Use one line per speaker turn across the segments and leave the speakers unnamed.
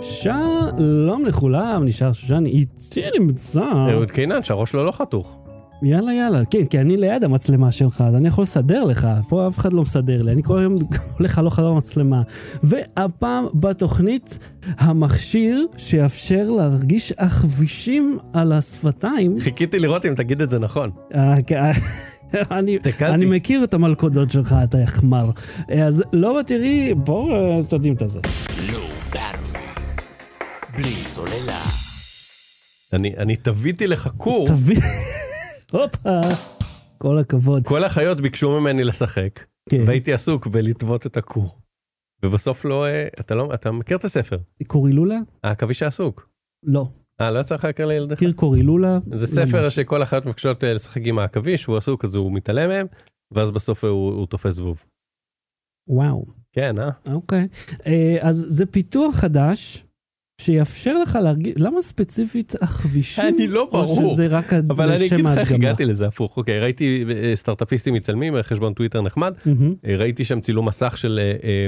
שלום לכולם, נשאר שושן איתי נמצא.
אהוד קינן, שהראש שלו לא חתוך.
יאללה יאללה, כן, כי אני ליד המצלמה שלך, אז אני יכול לסדר לך, פה אף אחד לא מסדר לי, אני כל היום הולך הלוך על המצלמה. והפעם בתוכנית, המכשיר שיאפשר להרגיש החבישים על השפתיים.
חיכיתי לראות אם תגיד את זה נכון.
אה, כן, אני,
תקלתי.
אני מכיר את המלכודות שלך, אתה יחמר. אה, אז לא תראי, בוא אה, תדעים את הזה.
לואו ברמי, בלי סוללה.
אני, אני תביתי לך קור,
תביא... הופה, כל הכבוד.
כל החיות ביקשו ממני לשחק,
כן.
והייתי עסוק בלטוות את הקור. ובסוף לא, אה, אתה לא, אתה מכיר את הספר,
קורילולה?
העכביש העסוק.
לא.
אה, לא יצא לך להכיר לילדך?
קיר קורילולה?
זה ספר
כן. ממש.
שכל החיות מבקשות אה, לשחק עם העכביש, והוא עסוק, אז הוא מתעלם מהם, ואז בסוף אה, הוא, הוא תופס זבוב.
וואו,
כן, אה?
אוקיי. אה, אז זה פיתוח חדש. שיאפשר לך להרגיש, למה ספציפית החבישים?
אני לא ברור.
או שזה רק ה-
אבל אני אגיד
שם
לך איך
ההדגמה.
הגעתי לזה הפוך. אוקיי, ראיתי אה, סטארט-אפיסטים מצלמים, אה, חשבון טוויטר נחמד,
מהמם.
אה, ראיתי שם צילום מסך של אה, אה,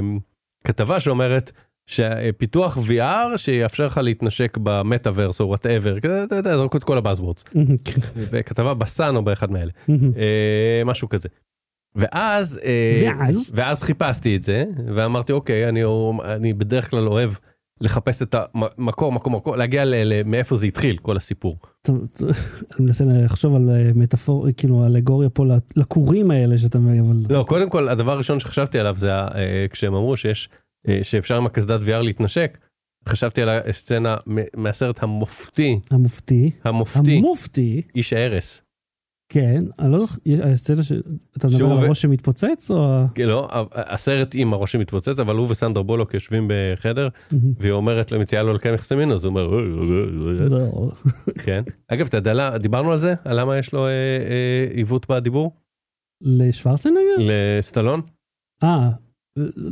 כתבה שאומרת שפיתוח VR שיאפשר לך להתנשק במטאוורס או וואטאבר, כזה, אתה יודע, זרקו את כל הבאזוורדס,
מהמם, כן.
בכתבה בסאן או באחד מאלה,
מהמם.
אה, משהו כזה. ואז, אה,
ואז?
ואז חיפשתי את זה ואמרתי אוקיי אני, אני בדרך כלל אוהב לחפש את המקור מקום מקור להגיע ל, ל, מאיפה זה התחיל כל הסיפור.
טוב, טוב, אני מנסה לחשוב על אה, מטאפור, כאילו אלגוריה פה לת- לכורים האלה שאתה מבין, אבל...
לא, קודם כל, הדבר הראשון שחשבתי עליו זה ה- אה, כשהם אמרו שיש, אה, שאפשר עם הקסדת VR להתנשק, חשבתי על הסצנה מ- מהסרט המופתי,
המופתי.
המופתי,
המופתי,
איש ההרס.
כן, אני לא זוכר, יש- הסצנה ש... אתה מדבר
שהוא
על
ו-
הראש שמתפוצץ או... ה-
לא, ה- הסרט עם הראש שמתפוצץ, אבל הוא וסנדר בולוק יושבים בחדר,
מהמם.
והיא אומרת לו, מציעה לו לקיים יחסים מינו, אז הוא אומר, "אה, אה, אה, אה."
לא.
כן. אגב, אתה יודע, למה- דיברנו על זה? על למה יש לו אה, אה, עיוות בדיבור?
לשוורצנגר?
לסטלון?
אה,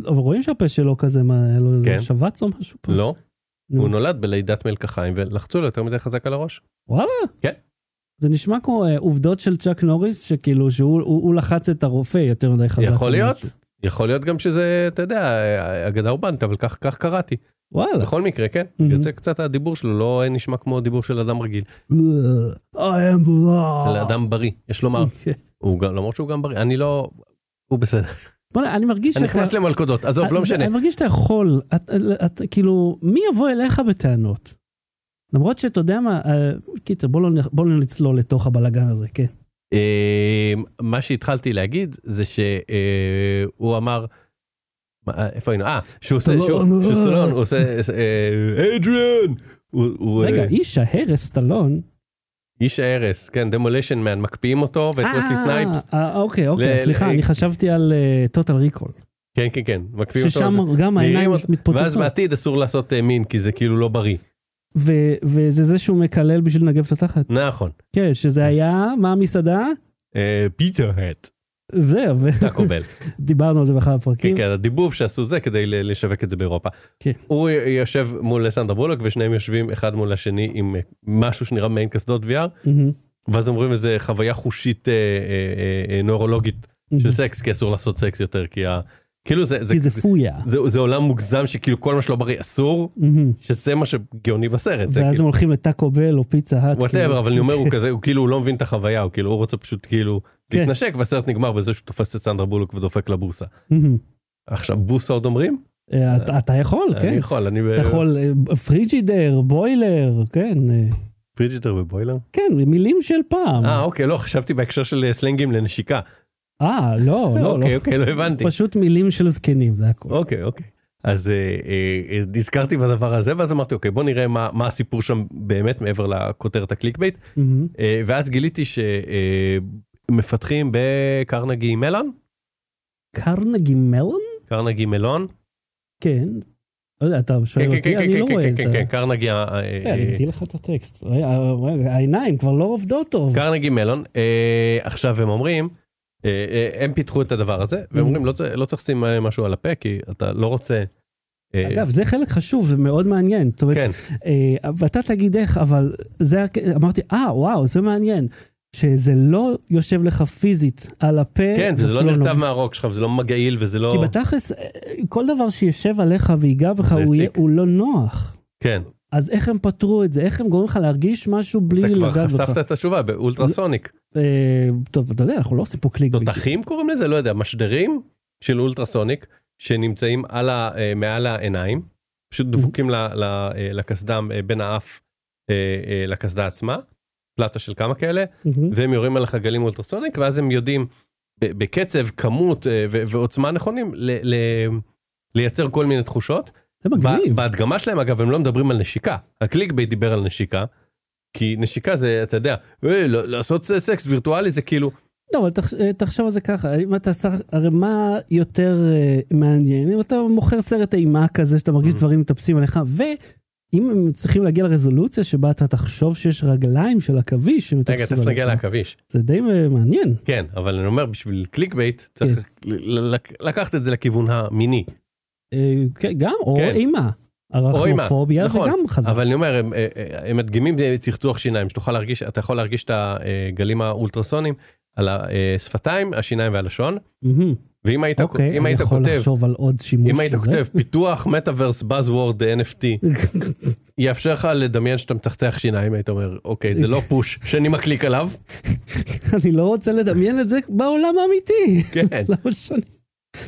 אבל רואים שהפה שלו כזה, מה, היה לו איזה
כן.
שבץ או משהו פה?
לא.
נו.
הוא נולד בלידת מלקחיים, ולחצו לו יותר מדי חזק על הראש. כן.
זה נשמע כמו אה, עובדות של צ'אק נוריס, שכאילו, שהוא הוא, הוא לחץ את הרופא יותר מדי חזק.
יכול
או
להיות.
משהו.
יכול להיות גם שזה, אתה יודע, אגדה אורבנית, אבל כך, כך קראתי.
וואלה.
בכל מקרה, כן,
Mhm.
יוצא קצת הדיבור שלו, לא נשמע כמו דיבור של אדם רגיל,
I am
של
blood.
אדם בריא, יש לומר.
כן.
הוא גם, למרות שהוא גם בריא, אני לא, הוא בסדר.
בוא'נה, אני מרגיש
אני נכנס למלכודות, עזוב,
אה,
לא
זה-
משנה.
אני מרגיש שאתה יכול, את- את- כאילו, מי יבוא אליך בטענות? למרות שאתה יודע מה, אה, קיצר, בוא לא נ- בוא לא נצלול לתוך הבלגן הזה, כן.
אה, מה שהתחלתי להגיד זה שהוא אמר, מה, איפה היינו? אה, שהוא עושה, שהוא-
סטלון.
שהוא סטלון, הוא עושה, אה, אדריאן! הוא- הוא,
רגע,
אה,
איש ההרס, טלון.
איש ההרס, כן, דמוליישן מן, מקפיאים אותו, ואת
אה,
וסלי סנייפס,
אה, אוקיי, אוקיי,
ל-
סליחה,
ל-
אני חשבתי על טוטל ריקול.
כן, כן, כן, מקפיאים אותו.
ששם גם
מעירים
העיניים
אותו, ואז
מתפוצצות.
בעתיד אסור לעשות אה, מין, כי זה כאילו לא בריא.
ו- וזה זה שהוא מקלל בשביל לנגב את התחת.
נכון.
כן, שזה היה, מה המסעדה?
פיטר האט.
זהו,
טאקו בל.
כן. ודיברנו על זה באחד הפרקים.
כן, כן, הדיבוב שעשו זה כדי ל- לשווק את זה באירופה.
כן.
הוא י- יושב מול סנדר בולוק, ושניהם יושבים אחד מול השני עם אה, משהו שנראה מעין קסדות VR,
מהמם,
ואז אומרים איזה חוויה חושית אה, אה, אה, אה, נוירולוגית
מהמם.
של סקס, כי אסור לעשות סקס יותר, כי ה... כאילו זה...
כי זה פויה.
זה- זה עולם מוגזם שכאילו כל מה שלא בריא אסור,
מהמם.
שזה מה שגאוני בסרט. זה
ואז
כאילו-
הם הולכים לטאקו בל או פיצה האט. כאילו.
וואטאבר אבל אני אומר הוא כזה הוא כאילו הוא לא מבין את החוויה הוא כאילו הוא רוצה פשוט כאילו
כן.
להתנשק והסרט נגמר בזה שהוא תופס את סנדרה בולוק ודופק לבוסה.
מהמם.
עכשיו בוסה עוד אומרים?
אה, אתה- אתה יכול,
אני
כן.
יכול אני
אתה יכול אה, פריג'ידר, בוילר, כן. אה,
פריג'יטר ובוילר.
כן, מילים של פעם.
אה אוקיי לא חשבתי בהקשר של אה, סלנגים לנשיקה.
אה, לא, לא, לא.
אוקיי אוקיי לא הבנתי.
פשוט מילים של זקנים, זה הכול.
אוקיי אוקיי. אז אה, אה, אה, נזכרתי בדבר הזה ואז אמרתי אוקיי בוא נראה מה מה הסיפור שם באמת מעבר לכותרת הקליק בייט
מהמם.
אה, ואז גיליתי שמפתחים בקרנגי מלון
קרנגי מלון?
קרנגי מלון
כן. לא יודע, אתה שואל אותי, אני לא רואה את
כן,
ה...
כן, קרנגי, ה-
אה, אני אגדיל לך את הטקסט. רגע, רגע, העיניים כבר לא עובדות טוב.
קרנגי מלון, אה, עכשיו הם אומרים, אה, אה, הם פיתחו את הדבר הזה, והם
Mm-hmm.
אומרים לא צ- לא צריך לשים אה, משהו על הפה, כי אתה לא רוצה... אה,
אגב, זה חלק חשוב, זה מאוד מעניין. זאת אומרת,
כן,
אה, ואתה תגיד איך, אבל זה, הק- אמרתי, אה, וואו, זה מעניין. שזה לא יושב לך פיזית על הפה.
כן, וזה לא
נורא.
נכתב מהרוק שלך, וזה לא מגעיל, וזה לא...
כי בתכלס, אה, כל דבר שישב עליך ויגע בך,
זה
הוא יהיה-
יציק.
הוא לא נוח.
כן.
אז איך הם פתרו את זה? איך הם גורמים לך להרגיש משהו בלי
אתה כבר
לגעת
חשפת את התשובה באולטרסוניק.
אה, טוב, אתה יודע, אנחנו לא עושים פה קליק.
תותחים קוראים לזה? לא יודע, משדרים של אולטרסוניק שנמצאים על ה, אה, מעל העיניים, פשוט
Mm-hmm.
דבוקים ל- ל- אה, לקסדם אה, בין האף אה, אה, לקסדה עצמה, פלטה של כמה כאלה, והם יורים עליך גלים אולטרסוניק, ואז הם יודעים ב- בקצב, כמות אה, ו- ועוצמה נכונים ל- ל- לייצר כל מיני תחושות.
זה
בה-
מגניב.
בהדגמה שלהם אגב הם לא מדברים על נשיקה הקליק בייט דיבר על נשיקה. כי נשיקה זה אתה יודע "אה, ל- לעשות ס- סקס וירטואלי זה כאילו
לא, אבל תחש- אה, תחשוב על זה ככה, אם אתה שר, הרי מה יותר אה, מעניין, אם אתה מוכר סרט אימה כזה שאתה מרגיש
Mm.
דברים מטפסים עליך, ואם הם צריכים להגיע לרזולוציה שבה אתה תחשוב שיש רגליים של עכביש
רגע
שמטפסים
תכף נגיע
עליך,
לעכביש
זה די אה, מעניין.
כן אבל אני אומר בשביל קליק בייט צריך ל- ל- לק- לקחת את זה לכיוון המיני
אה, כן, גם, או
כן.
אימה.
או
הרחמופוביה זה
אימה, נכון.
גם חזק.
אבל אני אומר הם, אה, אה, הם מדגימים אה, צחצוח שיניים שתוכל להרגיש אתה יכול להרגיש את הגלים האולטרסונים על השפתיים השיניים והלשון
מהמם.
ואם היית
אוקיי,
אם
אני
היית
יכול
כותב
לחשוב על עוד שימוש
אם היית
לזה.
כותב פיתוח מטאוורס Buzzword NFT יאפשר לך לדמיין שאתה מצחצח שיניים היית אומר אוקיי זה לא פוש שאני מקליק עליו
אני לא רוצה לדמיין את זה בעולם האמיתי.
כן
למה שאני...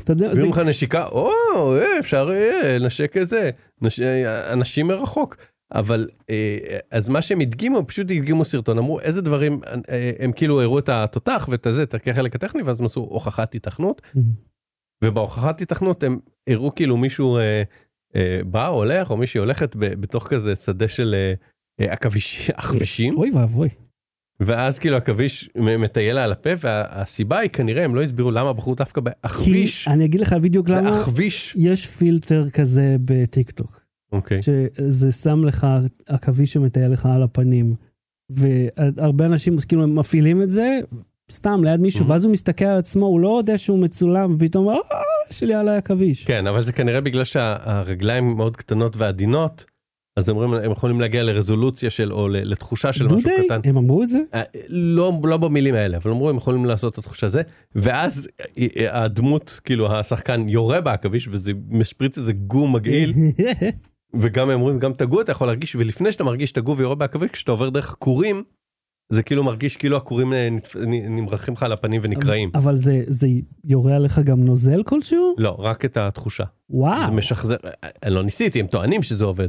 אתה יודע, זה
מביאים לך נשיקה או אה, אפשר אה, נשק איזה נש- אה, אנשים מרחוק אבל אה, אז מה שהם הדגימו פשוט הדגימו סרטון אמרו איזה דברים אה, הם כאילו הראו את התותח ואת הזה את החלק הטכני ואז הם עשו הוכחת היתכנות ובהוכחת התכנות הם הראו כאילו מישהו אה, אה, בא הולך או מישהי הולכת ב, בתוך כזה שדה של אה, אה, עכביש- עכבישים
אוי ואבוי.
ואז כאילו עכביש מ- מטייל לה על הפה והסיבה היא כנראה הם לא הסבירו למה בחרו דווקא
כי
בעכביש.
אני אגיד לך בדיוק
זה
למה
עכביש.
יש פילטר כזה בטיקטוק,
אוקיי.
שזה שם לך עכביש שמטייל לך על הפנים, והרבה אנשים כאילו הם מפעילים את זה סתם ליד מישהו,
Mhm.
ואז הוא מסתכל על עצמו, הוא לא יודע שהוא מצולם, ופתאום, "אה, יש לי עליי עכביש.
כן אבל זה כנראה בגלל שהרגליים מאוד קטנות ועדינות אז אומרים הם יכולים להגיע לרזולוציה של או ל- לתחושה של משהו
דודי,
קטן.
הם אמרו את זה?
אה, לא, לא במילים האלה, אבל אמרו הם יכולים לעשות את התחושה הזה, ואז אה, אה, הדמות, כאילו השחקן יורה בעכביש וזה משפריץ איזה גום מגעיל, וגם הם אומרים גם את הגו אתה יכול להרגיש, ולפני שאתה מרגיש את הגו ויורה בעכביש, כשאתה עובר דרך הכורים, זה כאילו מרגיש כאילו הכורים אה, נתפ- נ- נמרחים לך על הפנים ונקרעים.
אבל זה- זה יורה עליך גם נוזל כלשהו?
לא, רק את התחושה. זה
וואו,
משחזר, אה, אה, לא ניסיתי, הם טוענים שזה עובד.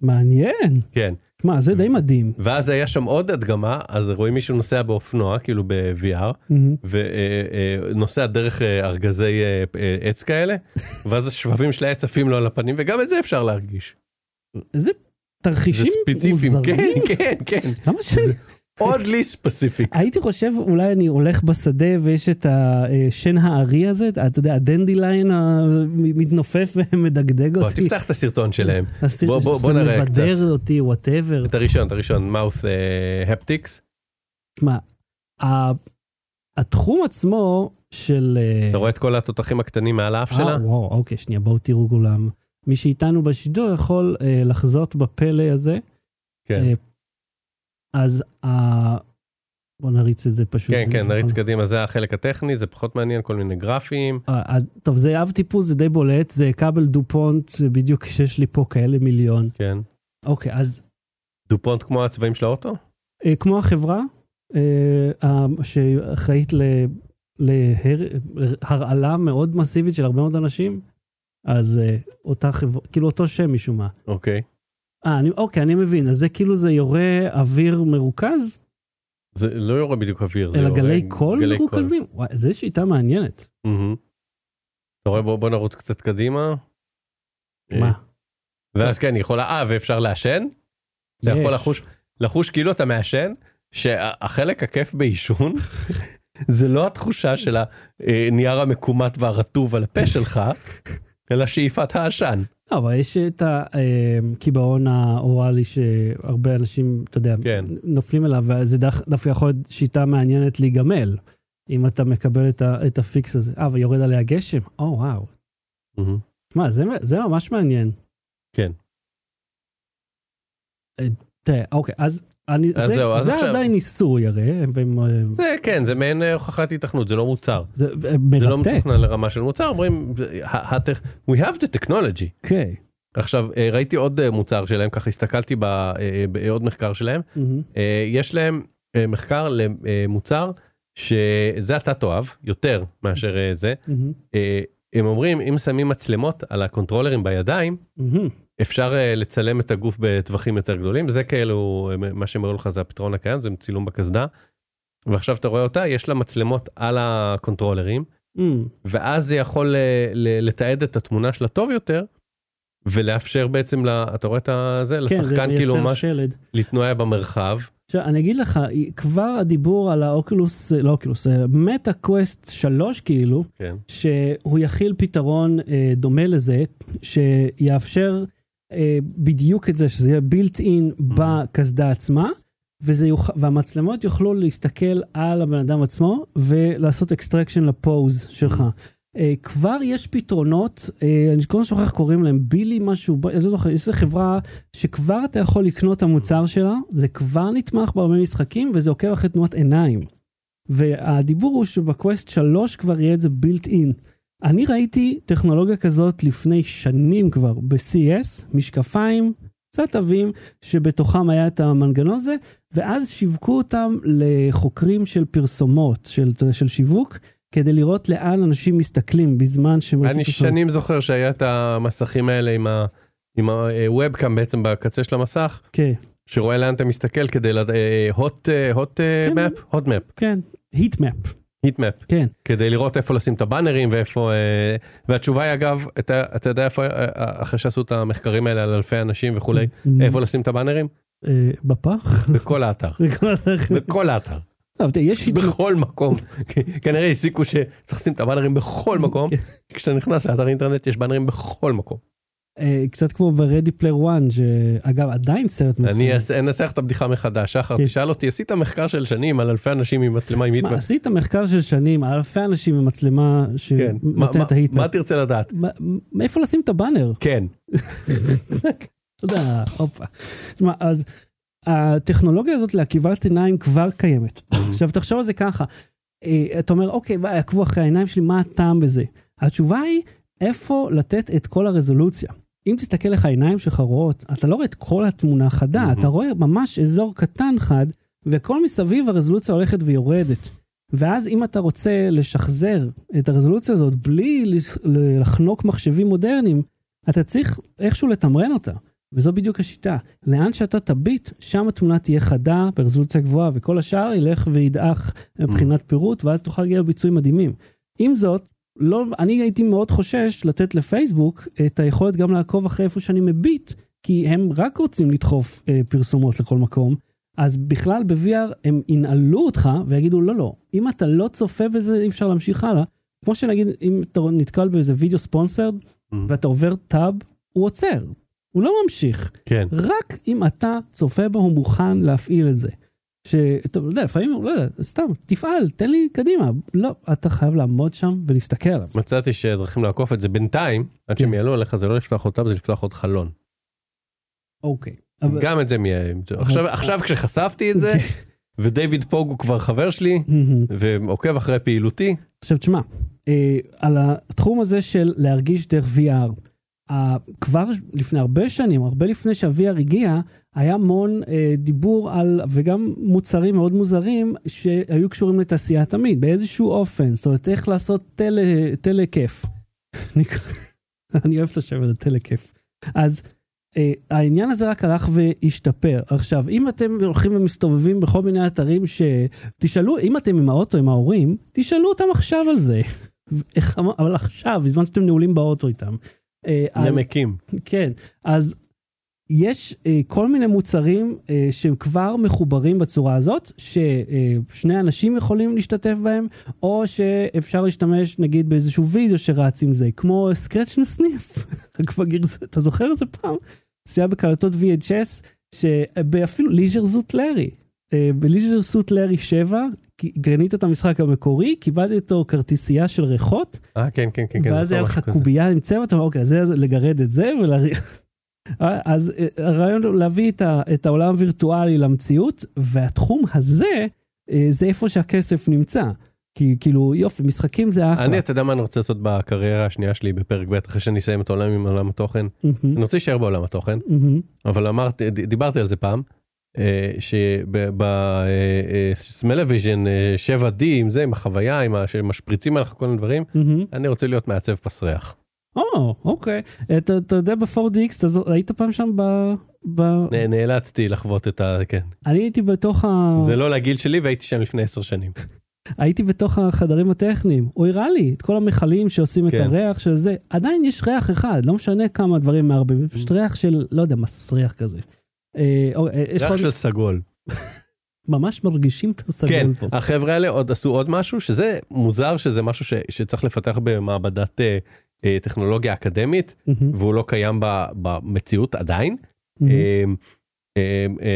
מעניין.
כן.
מה, זה די מדהים.
ואז היה שם עוד הדגמה, אז רואים מישהו נוסע באופנוע, כאילו ב-VR,
Mhm.
ונוסע דרך אה, ארגזי אה, אה, עץ כאלה, ואז השבבים של העץ עפים לו על הפנים, וגם את זה אפשר להרגיש.
איזה
זה
תרחישים
ספציפיים,
מוזרים.
כן, כן, כן.
למה שאני...
עוד לי ספציפיק.
הייתי חושב, אולי אני הולך בשדה ויש את השן הארי הזה, אתה יודע, הדנדיליין המתנופף ומדגדג
בוא,
אותי.
תפתח את הסרטון שלהם.
הסיר-
בוא- בוא- בוא
זה
נראה
מבדר אותי, וואטאבר.
את הראשון, את הראשון, אה, מאוס הפטיקס.
תשמע, ה- התחום עצמו של... אה,
אתה רואה את כל התותחים הקטנים מעל האף
אה,
שלה?
וואו, אוקיי, שנייה, בואו תראו כולם. מי שאיתנו בשידור יכול אה, לחזות בפלא הזה.
כן,
אה, אז ה- בוא נריץ את זה פשוט.
כן, כן,
שנוכל-
נריץ קדימה, זה החלק הטכני, זה פחות מעניין, כל מיני גרפים.
אה, אז, טוב, זה אב טיפוס, זה די בולט, זה כבל דו פונט, זה בדיוק שיש לי פה כאלה מיליון.
כן.
אוקיי, אז
דופונט כמו הצבעים של האוטו?
אה, כמו החברה אה, ה- שאחראית ל- להר- להרעלה מאוד מסיבית של הרבה מאוד אנשים, אז אה, אותה חברה, כאילו אותו שם משום מה.
אוקיי.
אה, אני, אוקיי, אני מבין, אז זה כאילו זה יורה אוויר מרוכז,
זה לא יורה בדיוק אוויר, זה
אלא
יורה
גלי קול מרוכזים? וואי, זו שיטה מעניינת.
מהמם. אתה רואה, בוא בוא נרוץ קצת קדימה. אה,
מה?
ואז כן, היא יכולה, אה, ואפשר לעשן? אתה יכול
יש.
לחוש, לחוש כאילו אתה מעשן, שהחלק הכיף בעישון, זה לא התחושה של הנייר המקומט והרטוב על הפה שלך, אלא שאיפת העשן.
לא, אבל יש את הקיבעון האוראלי שהרבה אנשים, אתה יודע,
כן.
נופלים אליו, וזה דח- דווקא יכול להיות שיטה מעניינת להיגמל, אם אתה מקבל את, ה, את הפיקס הזה. אה, ויורד עליה גשם? או, וואו. מה, זה, זה ממש מעניין.
כן.
אה, תראה, אוקיי, אז, אני,
אז
זה,
זהו, אז
זה
עכשיו-
עדיין איסור הרי, והם, אה,
זה כן, זה מעין אה, הוכחת התכנות, זה לא מוצר.
זה אה,
זה לא
מרתק.
מתוכנן לרמה של מוצר, אומרים, "ה- הטכ- we have the technology.
אוקיי.
עכשיו, אה, ראיתי עוד אה, מוצר שלהם, ככה הסתכלתי ב- אה, בעוד מחקר שלהם.
מהמם.
אה, יש להם אה, מחקר למוצר שזה אתה תאהב יותר מאשר אה, זה.
מהמם.
אה, הם אומרים, אם שמים מצלמות על הקונטרולרים בידיים,
מהמם.
אפשר אה, לצלם את הגוף בטווחים יותר גדולים, זה כאילו, אה, מה שהם הראו לך זה הפתרון הקיים, זה צילום בקסדה. ועכשיו אתה רואה אותה, יש לה מצלמות על הקונטרולרים,
מהמם.
ואז זה יכול אה, ל- לתעד את התמונה שלה טוב יותר, ולאפשר בעצם, ל- אתה רואה את זה,
כן, זה
לשחקן כאילו
מייצר
ממש
שלד.
לתנועה במרחב.
עכשיו, אני אגיד לך, כבר הדיבור על האוקולוס, לא אוקולוס, מטה קווסט 3 כאילו,
כן.
שהוא יכיל פתרון אה, דומה לזה, שיאפשר אה, בדיוק את זה, שזה יהיה built in בקסדה עצמה, וזה יוכ... והמצלמות יוכלו להסתכל על הבן אדם עצמו ולעשות אקסטרקשן לפוז שלך. אה, כבר יש פתרונות, אה, אני כל הזמן שוכח איך קוראים להם, בילי משהו, ב- אני לא זוכר, יש איזו חברה שכבר אתה יכול לקנות את המוצר שלה, זה כבר נתמך בהרבה משחקים וזה עוקב אחרי תנועת עיניים. והדיבור הוא שבקווסט 3 כבר יהיה את זה בילט אין. אני ראיתי טכנולוגיה כזאת לפני שנים כבר, ב-CS, משקפיים, קצת עבים, שבתוכם היה את המנגנון הזה, ואז שיווקו אותם לחוקרים של פרסומות, של, אתה יודע, של שיווק, כדי לראות לאן אנשים מסתכלים בזמן שהם רוצים
אני שנים זוכר שהיה את המסכים האלה עם ה... עם הוובקאם בעצם בקצה של המסך,
כן,
שרואה לאן אתה מסתכל כדי לד... אה, הוט, הוט
כן.
מפ, הוט מפ,
כן, היטמפ,
היט מפ.
כן.
כדי לראות איפה לשים את הבאנרים ואיפה... אה, והתשובה היא אגב, אתה, אתה יודע איפה, אה, אחרי שעשו את המחקרים האלה על אלפי אנשים וכולי,
Mm.
איפה לשים את הבאנרים?
אה, בפח? לא,
בכל האתר. בכל האתר.
טוב, תראה, יש היטמפ.
בכל מקום. כנראה הסיקו שצריך לשים את הבאנרים בכל מקום.
כן.
כשאתה נכנס לאתר אינטרנט יש באנרים בכל מקום.
אה, קצת כמו ב-Ready Player One, שאגב, עדיין סרט
אני אס- אנסח את הבדיחה מחדש. שחר,
כן.
תשאל אותי, עשית מחקר של שנים על אלפי אנשים עם מצלמה עם
מה,
היטמפ?
עשית מחקר של שנים, על אלפי אנשים עם מצלמה
כן. מה-
שנותנת את
מה-
ההיטמפ.
מה תרצה לדעת?
מה- מאיפה לשים את הבאנר?
כן.
אתה יודע, הופה. תשמע, אז הטכנולוגיה הזאת לעקיבת עיניים כבר קיימת. עכשיו, תחשוב על זה ככה. אה, אתה אומר, אוקיי, מה, יעקבו אחרי העיניים שלי, מה הטעם בזה? התשובה היא, איפה לתת את כל הרזולוציה. אם תסתכל לך, העיניים שלך רואות, אתה לא רואה את כל התמונה חדה, אתה רואה ממש אזור קטן חד, וכל מסביב הרזולוציה הולכת ויורדת. ואז אם אתה רוצה לשחזר את הרזולוציה הזאת בלי לס- לחנוק מחשבים מודרניים, אתה צריך איכשהו לתמרן אותה. וזו בדיוק השיטה. לאן שאתה תביט, שם התמונה תהיה חדה, ברזולוציה גבוהה, וכל השאר ילך וידעך מבחינת פירוט, ואז תוכל להגיע לביצועים מדהימים. עם זאת, לא, אני הייתי מאוד חושש לתת לפייסבוק את היכולת גם לעקוב אחרי איפה שאני מביט, כי הם רק רוצים לדחוף אה, פרסומות לכל מקום, אז בכלל ב-VR הם ינעלו אותך ויגידו, לא, לא, אם אתה לא צופה בזה, אי אפשר להמשיך הלאה. כמו שנגיד, אם אתה נתקל באיזה וידאו ספונסרד, ואתה עובר טאב, הוא עוצר, הוא לא ממשיך.
כן.
רק אם אתה צופה בו, הוא מוכן להפעיל את זה. שאתה יודע, לפעמים, הוא לא יודע, סתם, תפעל, תן לי קדימה. לא, אתה חייב לעמוד שם ולהסתכל עליו.
מצאתי שדרכים לעקוף את זה בינתיים, עד שהם
כן.
יעלו עליך זה לא לפתוח עוד טאב, זה לפתוח עוד חלון.
אוקיי. אבל- כן.
גם את זה מי... עכשיו- עכשיו כשחשפתי את זה, ודייוויד פוג הוא כבר חבר שלי,
מהמם.
ועוקב אחרי פעילותי,
עכשיו תשמע, אה, על התחום הזה של להרגיש דרך VR, אה, כבר לפני הרבה שנים, הרבה לפני שה-VR הגיע, היה המון אה, דיבור על, וגם מוצרים מאוד מוזרים, שהיו קשורים לתעשייה תמיד, באיזשהו אופן, זאת אומרת, איך לעשות טלה- טלה-כיף. נקרא- אני אוהב את השם הזה, טלה-כיף. אז אה, העניין הזה רק הלך והשתפר. עכשיו, אם אתם הולכים ומסתובבים בכל מיני אתרים ש... תשאלו, אם אתם עם האוטו, עם ההורים, תשאלו אותם עכשיו על זה. איך אמר- אבל עכשיו, בזמן שאתם נעולים באוטו איתם. אה, על-
נמקים.
כן, אז יש אה, כל מיני מוצרים אה, שהם כבר מחוברים בצורה הזאת, ששני אנשים יכולים להשתתף בהם, או שאפשר להשתמש נגיד באיזשהו וידאו שרץ עם זה, כמו סקרץ' וסניף, רק בגרז... אתה זוכר את זה פעם? זה היה בקלטות VHS, אה, שאפילו ליז'ר זוט לארי. אה, בליז'ר סוט לארי 7, גרנית את המשחק המקורי, קיבלתי אותו כרטיסייה של ריחות,
אה, כן, כן, כן. כן,
ואז
זה
היה
אותו
לך
משהו כזה.
קובייה עם צבע, אתה אומר, אוקיי, זה זה לגרד את זה ולהריח. אז אה, הרעיון הוא להביא את ה- את העולם הווירטואלי למציאות, והתחום הזה, אה, זה איפה שהכסף נמצא. כי כאילו, יופי, משחקים זה אחלה.
אני, אתה יודע מה אני רוצה לעשות בקריירה השנייה שלי בפרק ב', אחרי שאני אסיים את העולם עם עולם התוכן?
מהמם,
אני רוצה להישאר בעולם התוכן,
מהמם.
אבל אמרתי, ד- דיברתי על זה פעם, אה, שבסמלוויז'ן 7D, אה, עם זה, עם החוויה, עם ה... שמשפריצים עליך כל מיני דברים,
מהמם.
אני רוצה להיות מעצב פסריח.
או, אוקיי. אתה אתה יודע ב-4DX, אתה זו- היית פעם שם ב... ב-
נ- נאלצתי לחוות את ה... כן.
אני הייתי בתוך ה...
זה לא לגיל שלי והייתי שם לפני עשר שנים.
הייתי בתוך החדרים הטכניים, הוא הראה לי את כל המכלים שעושים את
כן.
הריח של זה. עדיין יש ריח אחד, לא משנה כמה דברים מערבבים,
Mm.
פשוט ריח של, לא יודע, מסריח כזה. אה, או, אה, יש לך
ריח
עוד-
של סגול.
ממש מרגישים את
כן,
הסגול פה.
החבר'ה האלה עוד עשו עוד משהו, שזה מוזר שזה משהו ש- שצריך לפתח במעבדת אה, אה, טכנולוגיה אקדמית,
מהמם,
והוא לא קיים ב- במציאות עדיין. אמ,
מהמם.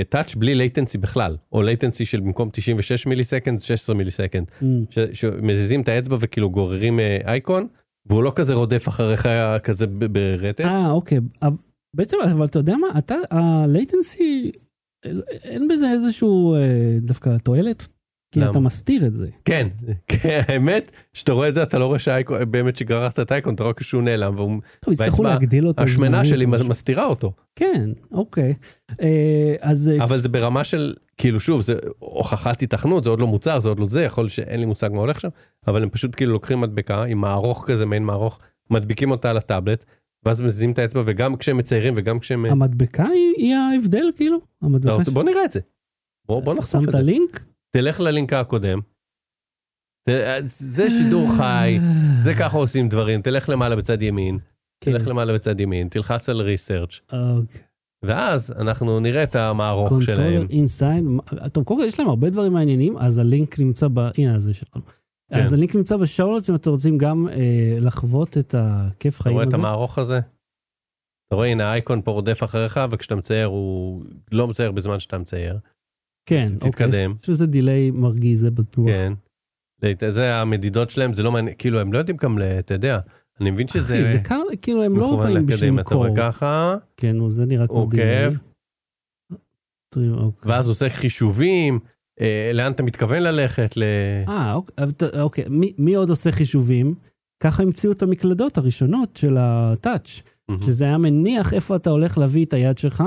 טאץ' בלי latency בכלל, או latency של במקום 96 מיליסקנד, 16 מיליסקנד,
מהמם.
ש- שמזיזים את האצבע וכאילו גוררים אה, אייקון, והוא לא כזה רודף אחריך כזה ב- ברטט.
אה, אוקיי. אבל- בעצם, אבל אתה יודע מה, אתה, ה-latency, אין בזה איזשהו אה, דווקא תועלת, כי
למה?
אתה מסתיר את זה.
כן, כן, האמת, כשאתה רואה את זה אתה לא רואה שהאייקון, באמת שגררת את האייקון, אתה רואה כשהוא נעלם, והוא-
טוב, יצטרכו
והאצבע-
להגדיל אותו.
השמנה
זמנית
שלי
או משהו.
מסתירה אותו.
כן, אוקיי. אה, אז אה,
אבל זה ברמה של כאילו שוב זה הוכחת התכנות זה עוד לא מוצר זה עוד לא זה יכול שאין לי מושג מה הולך שם אבל הם פשוט כאילו לוקחים מדבקה עם מערוך כזה מעין מערוך מדביקים אותה על הטאבלט ואז מזיזים את האצבע וגם כשהם מציירים וגם
אה,
כשהם
המדבקה היא- היא ההבדל, כאילו?
אתה
המדבקה
רוצה- בוא נראה את לא, זה. בוא, בוא נחשוף את
אה, שמת
זה
לינק?
תלך ללינק הקודם. ת- אה, זה שידור חי זה ככה עושים דברים תלך למעלה בצד ימין
כן.
תלך למעלה בצד ימין תלחץ על ריסרצ'
אוקיי.
ואז אנחנו נראה את המערוך שלהם.
קונטרול אינסייד. טוב, קודם כל יש להם הרבה דברים מעניינים, אז הלינק נמצא ב... הנה, הזה שלנו.
כן.
אז הלינק נמצא בשאולות, אם אתם רוצים גם אה, לחוות את הכיף
אתה
חיים
רואה את
הזה.
המערוך הזה? אתה רואה, הנה האייקון פה רודף אחריך, וכשאתה מצייר הוא לא מצייר בזמן שאתה מצייר.
כן,
תתקדם.
אוקיי. יש לזה דיליי מרגיז, זה בטוח.
כן. זה- זה המדידות שלהם, זה לא מעניין, כאילו הם לא יודעים גם, ל- אתה יודע, אני מבין שזה...
אחי, זה קר, כאילו, הם לא
מכוון
באים בשביל
לאקדמיה, אתה
למכור.
רואה ככה,
כן, נו, זה נראה כמו
אוקיי.
דיליי. טרי- אוקיי.
ואז הוא עושה חישובים, אה, לאן אתה מתכוון ללכת, ל...
אה, אוקיי, אבל ת- אוקיי. מי- מי עוד עושה חישובים? ככה המציאו את המקלדות הראשונות של הטאץ'.
מהמם.
שזה היה מניח איפה אתה הולך להביא את היד שלך,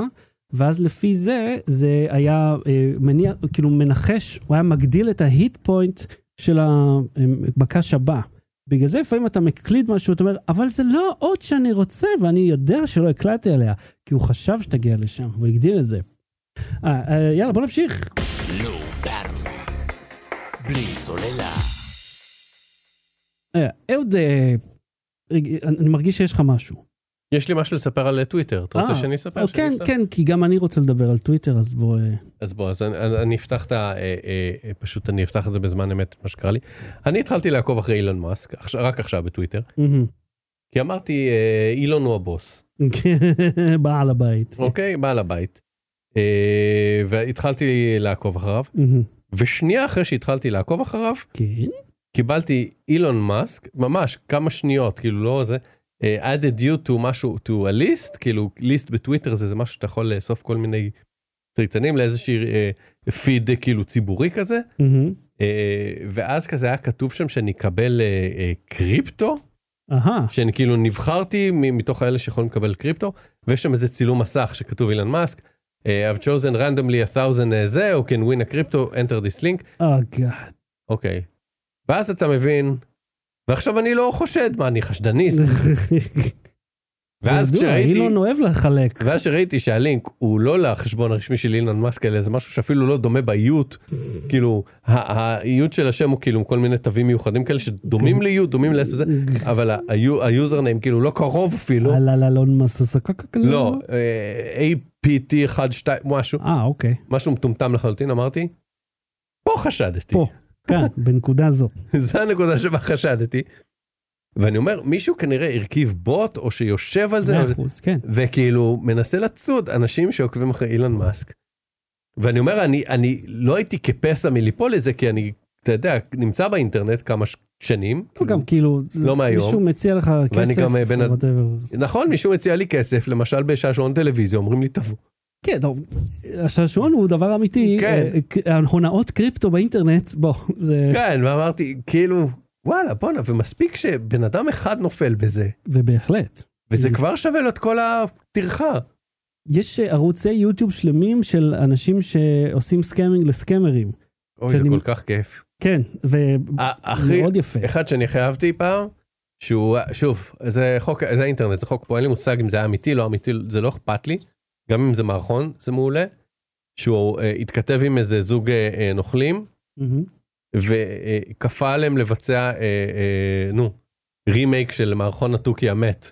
ואז לפי זה, זה היה אה, מניח, כאילו מנחש, הוא היה מגדיל את ההיט פוינט של המקש הבא. בגלל זה לפעמים אתה מקליד משהו, אתה אומר, אבל זה לא האות שאני רוצה, ואני יודע שלא הקלטתי עליה, כי הוא חשב שתגיע לשם, הוא הגדיל את זה. אה, אה, יאללה, בוא נמשיך.
Low Battery. לא בלי סוללה.
אה, אהוד, אה, רגע, אני אני מרגיש שיש לך משהו.
יש לי משהו לספר על אה, טוויטר, אתה רוצה
אה,
שאני אספר?
אה,
שאני
כן,
אספר?
כן, כי גם אני רוצה לדבר על טוויטר, אז בוא... אה,
אז בוא, אז אני, אני- אני אפתח את ה... אה, אה, אה, פשוט אני אפתח את זה בזמן אמת, מה שקרה לי. אני התחלתי לעקוב אחרי אילון מאסק, עכשיו- רק עכשיו בטוויטר.
מהמם.
כי אמרתי, אה, אילון הוא הבוס,
בעל הבית.
אוקיי? בעל הבית. אה, והתחלתי לעקוב אחריו,
מהמם.
אוקיי. ושנייה אחרי שהתחלתי לעקוב אחריו,
כן.
קיבלתי אילון מאסק, ממש כמה שניות, כאילו לא זה, אה, added you to משהו, to a list, כאילו list בטוויטר זה, זה משהו שאתה יכול לאסוף כל מיני צייצנים לאיזשהי אה, פיד אה, כאילו ציבורי כזה,
מהמם.
אה, ואז כזה היה כתוב שם שאני אקבל אה, אה, קריפטו.
אהה.
שאני כאילו נבחרתי מ- מתוך האלה שיכולים לקבל קריפטו, ויש שם איזה צילום מסך שכתוב אילן מאסק, אה, I've chosen randomly a thousand אה, זה, או can win a crypto, enter this link,
אה, גאד.
אוקיי. ואז אתה מבין, ועכשיו אני לא חושד, מה, אני חשדניסט? ואז
זה ידוע,
כשראיתי,
אילון אוהב לחלק.
ואז שראיתי שהלינק הוא לא לחשבון הרשמי של אילן מאסק, אלא זה משהו שאפילו לא דומה באיות, כאילו, ה- האיות של השם הוא כאילו עם כל מיני תווים מיוחדים כאלה
כן.
שדומים לאיות, דומים לאיזה זה, אבל ה- היו- היוזר ניים כאילו לא קרוב אפילו.
אה, לא, לא, לא, מסוסה.
לא, אה, APT 1, 2, משהו,
אה, אוקיי.
משהו מטומטם לחלוטין, אמרתי, פה חשדתי.
פה. כאן, בנקודה זו.
זה הנקודה שבה חשדתי. ואני אומר, מישהו כנראה הרכיב בוט, או שיושב על זה,
מאה אחוז, כן.
וכאילו מנסה לצוד אנשים שעוקבים אחרי אילון מאסק. ואני אומר, אני, אני לא הייתי כפסע מליפול לזה, כי אני, אתה יודע, נמצא באינטרנט כמה ש- שנים.
לא, גם כאילו, זה-
לא מהיום.
מישהו מציע לך כסף,
גם, אה, בן
או
אד-
whatever.
נכון, מישהו הציע לי כסף, למשל בשעשועון טלוויזיה, אומרים לי, תבוא.
כן, טוב, השעשועון הוא דבר אמיתי.
כן.
אה, ק- הונאות קריפטו באינטרנט, בוא, זה...
כן, ואמרתי, כאילו, וואלה, בואנה, ומספיק שבן אדם אחד נופל בזה,
ובהחלט.
וזה כבר שווה לו את כל הטרחה.
יש אה, ערוצי יוטיוב שלמים של אנשים שעושים סקאמינג לסקאמרים.
אוי, זה
שאני-
כל כך כיף.
כן, ומאוד
ה- הכי,
יפה.
אחד שאני הכי אהבתי פעם, שהוא, אה, שוב, זה חוק, זה האינטרנט, זה חוק פה, אין לי מושג אם זה היה אמיתי, לא אמיתי, זה לא אכפת לי, גם אם זה מערכון, זה מעולה, שהוא אה, התכתב עם איזה זוג אה, אה, נוכלים,
מהמם.
וכפה עליהם לבצע, אה, אה, נו, רימייק של מערכון התוכי המת.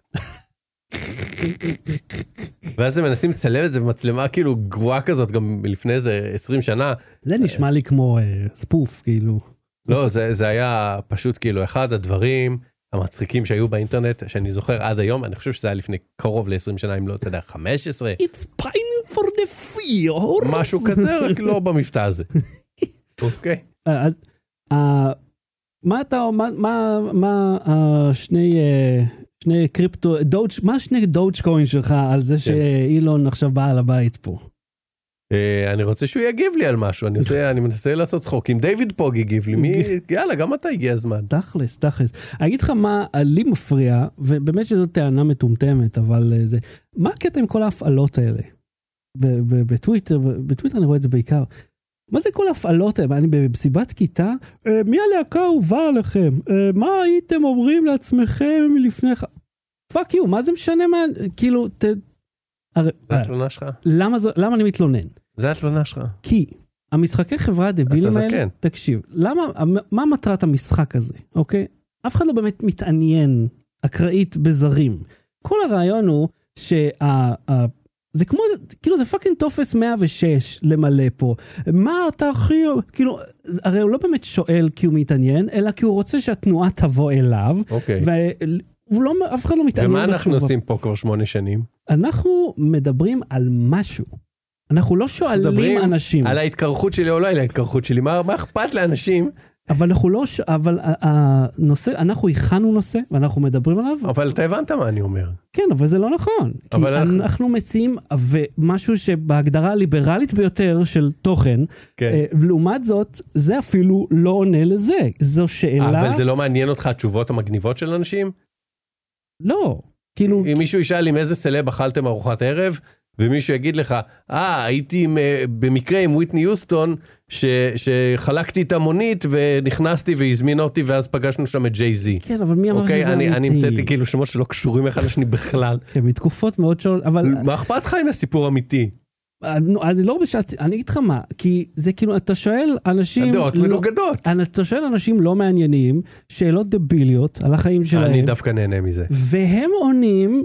ואז הם מנסים לצלם את זה במצלמה כאילו גרועה כזאת, גם לפני איזה 20 שנה,
זה נשמע לי כמו אה, ספוף, כאילו.
לא, זה, זה היה פשוט כאילו אחד הדברים המצחיקים שהיו באינטרנט, שאני זוכר עד היום, אני חושב שזה היה לפני קרוב ל-20 שנה, אם לא, אתה יודע, 15,
It's pine for the fear.
משהו כזה, רק לא במבטא הזה. אוקיי.
אה, אז אה, מה אתה, מה, מה, מה השני, שני קריפטו, דודג', מה שני דודג' קוין שלך על זה שאילון עכשיו בעל הבית פה?
אה, אני רוצה שהוא יגיב לי על משהו, אני, עושה, אני מנסה לעשות צחוק. אם דיוויד פוג הגיב לי, מי... יאללה, גם אתה הגיע הזמן.
תכלס, תכלס. אני אגיד לך מה לי מפריע, ובאמת שזו טענה מטומטמת, אבל אה, זה... מה הקטע עם כל ההפעלות האלה? ב- ב- בטוויטר, ב- בטוויטר אני רואה את זה בעיקר. מה זה כל ההפעלות האלה? אני במסיבת כיתה, אה, מי הלהקה האהובה עליכם? אה, מה הייתם אומרים לעצמכם מלפני ח... פאק יו, מה זה משנה מה... כאילו, ת... הרי, אה,
זה לא- התלונה שלך?
למה, זו, למה אני מתלונן?
אה. זה התלונה שלך.
כי המשחקי חברה הדבילים
אתה
האלה,
זקן.
תקשיב, למה, מה מטרת המשחק הזה, אוקיי? אף אחד לא באמת מתעניין אקראית בזרים. כל הרעיון הוא שה... ה- זה כמו, כאילו זה פאקינג טופס 106 למלא פה. מה אתה הכי, כאילו, זה- הרי הוא לא באמת שואל כי הוא מתעניין, אלא כי הוא רוצה שהתנועה תבוא אליו,
אוקיי.
והוא לא, אף אחד לא מתעניין
ומה
בתשובה.
אנחנו עושים פה כבר שמונה שנים?
אנחנו מדברים על משהו. אנחנו לא שואלים
מדברים
אנשים.
על ההתקרחות שלי או לא על ההתקרחות שלי, מה מה אכפת לאנשים?
אבל אנחנו לא, ש- אבל ה- הנושא, אנחנו הכנו נושא ואנחנו מדברים עליו,
אבל אתה הבנת מה אני אומר.
כן, אבל זה לא נכון. כי
אבל אנחנו-
אנחנו מציעים משהו שבהגדרה הליברלית ביותר של תוכן,
כן.
אה, לעומת זאת, זה אפילו לא עונה לזה. זו שאלה...
אבל זה לא מעניין אותך התשובות המגניבות של אנשים?
לא. כאילו,
אם מישהו ישאל עם איזה סלב אכלתם ארוחת ערב, ומישהו יגיד לך, אה, הייתי עם, אה, במקרה עם וויטני יוסטון, ש, שחלקתי את המונית ונכנסתי והזמינה אותי, ואז פגשנו שם את ג'יי זי.
כן, אבל מי אמר
אוקיי,
שזה
אני, אני המצאתי
אמיתי?
כאילו שמות שלא קשורים אחד לשני בכלל.
כן, מתקופות מאוד שונות, אבל
מה אכפת לך אם הסיפור אמיתי?
נו, אני לא בשעת... אני אגיד לך מה, כי זה כאילו, אתה שואל אנשים...
הדעות
לא-
מנוגדות.
אתה שואל אנשים לא מעניינים, שאלות דביליות על החיים שלהם.
אני דווקא נהנה מזה.
והם עונים,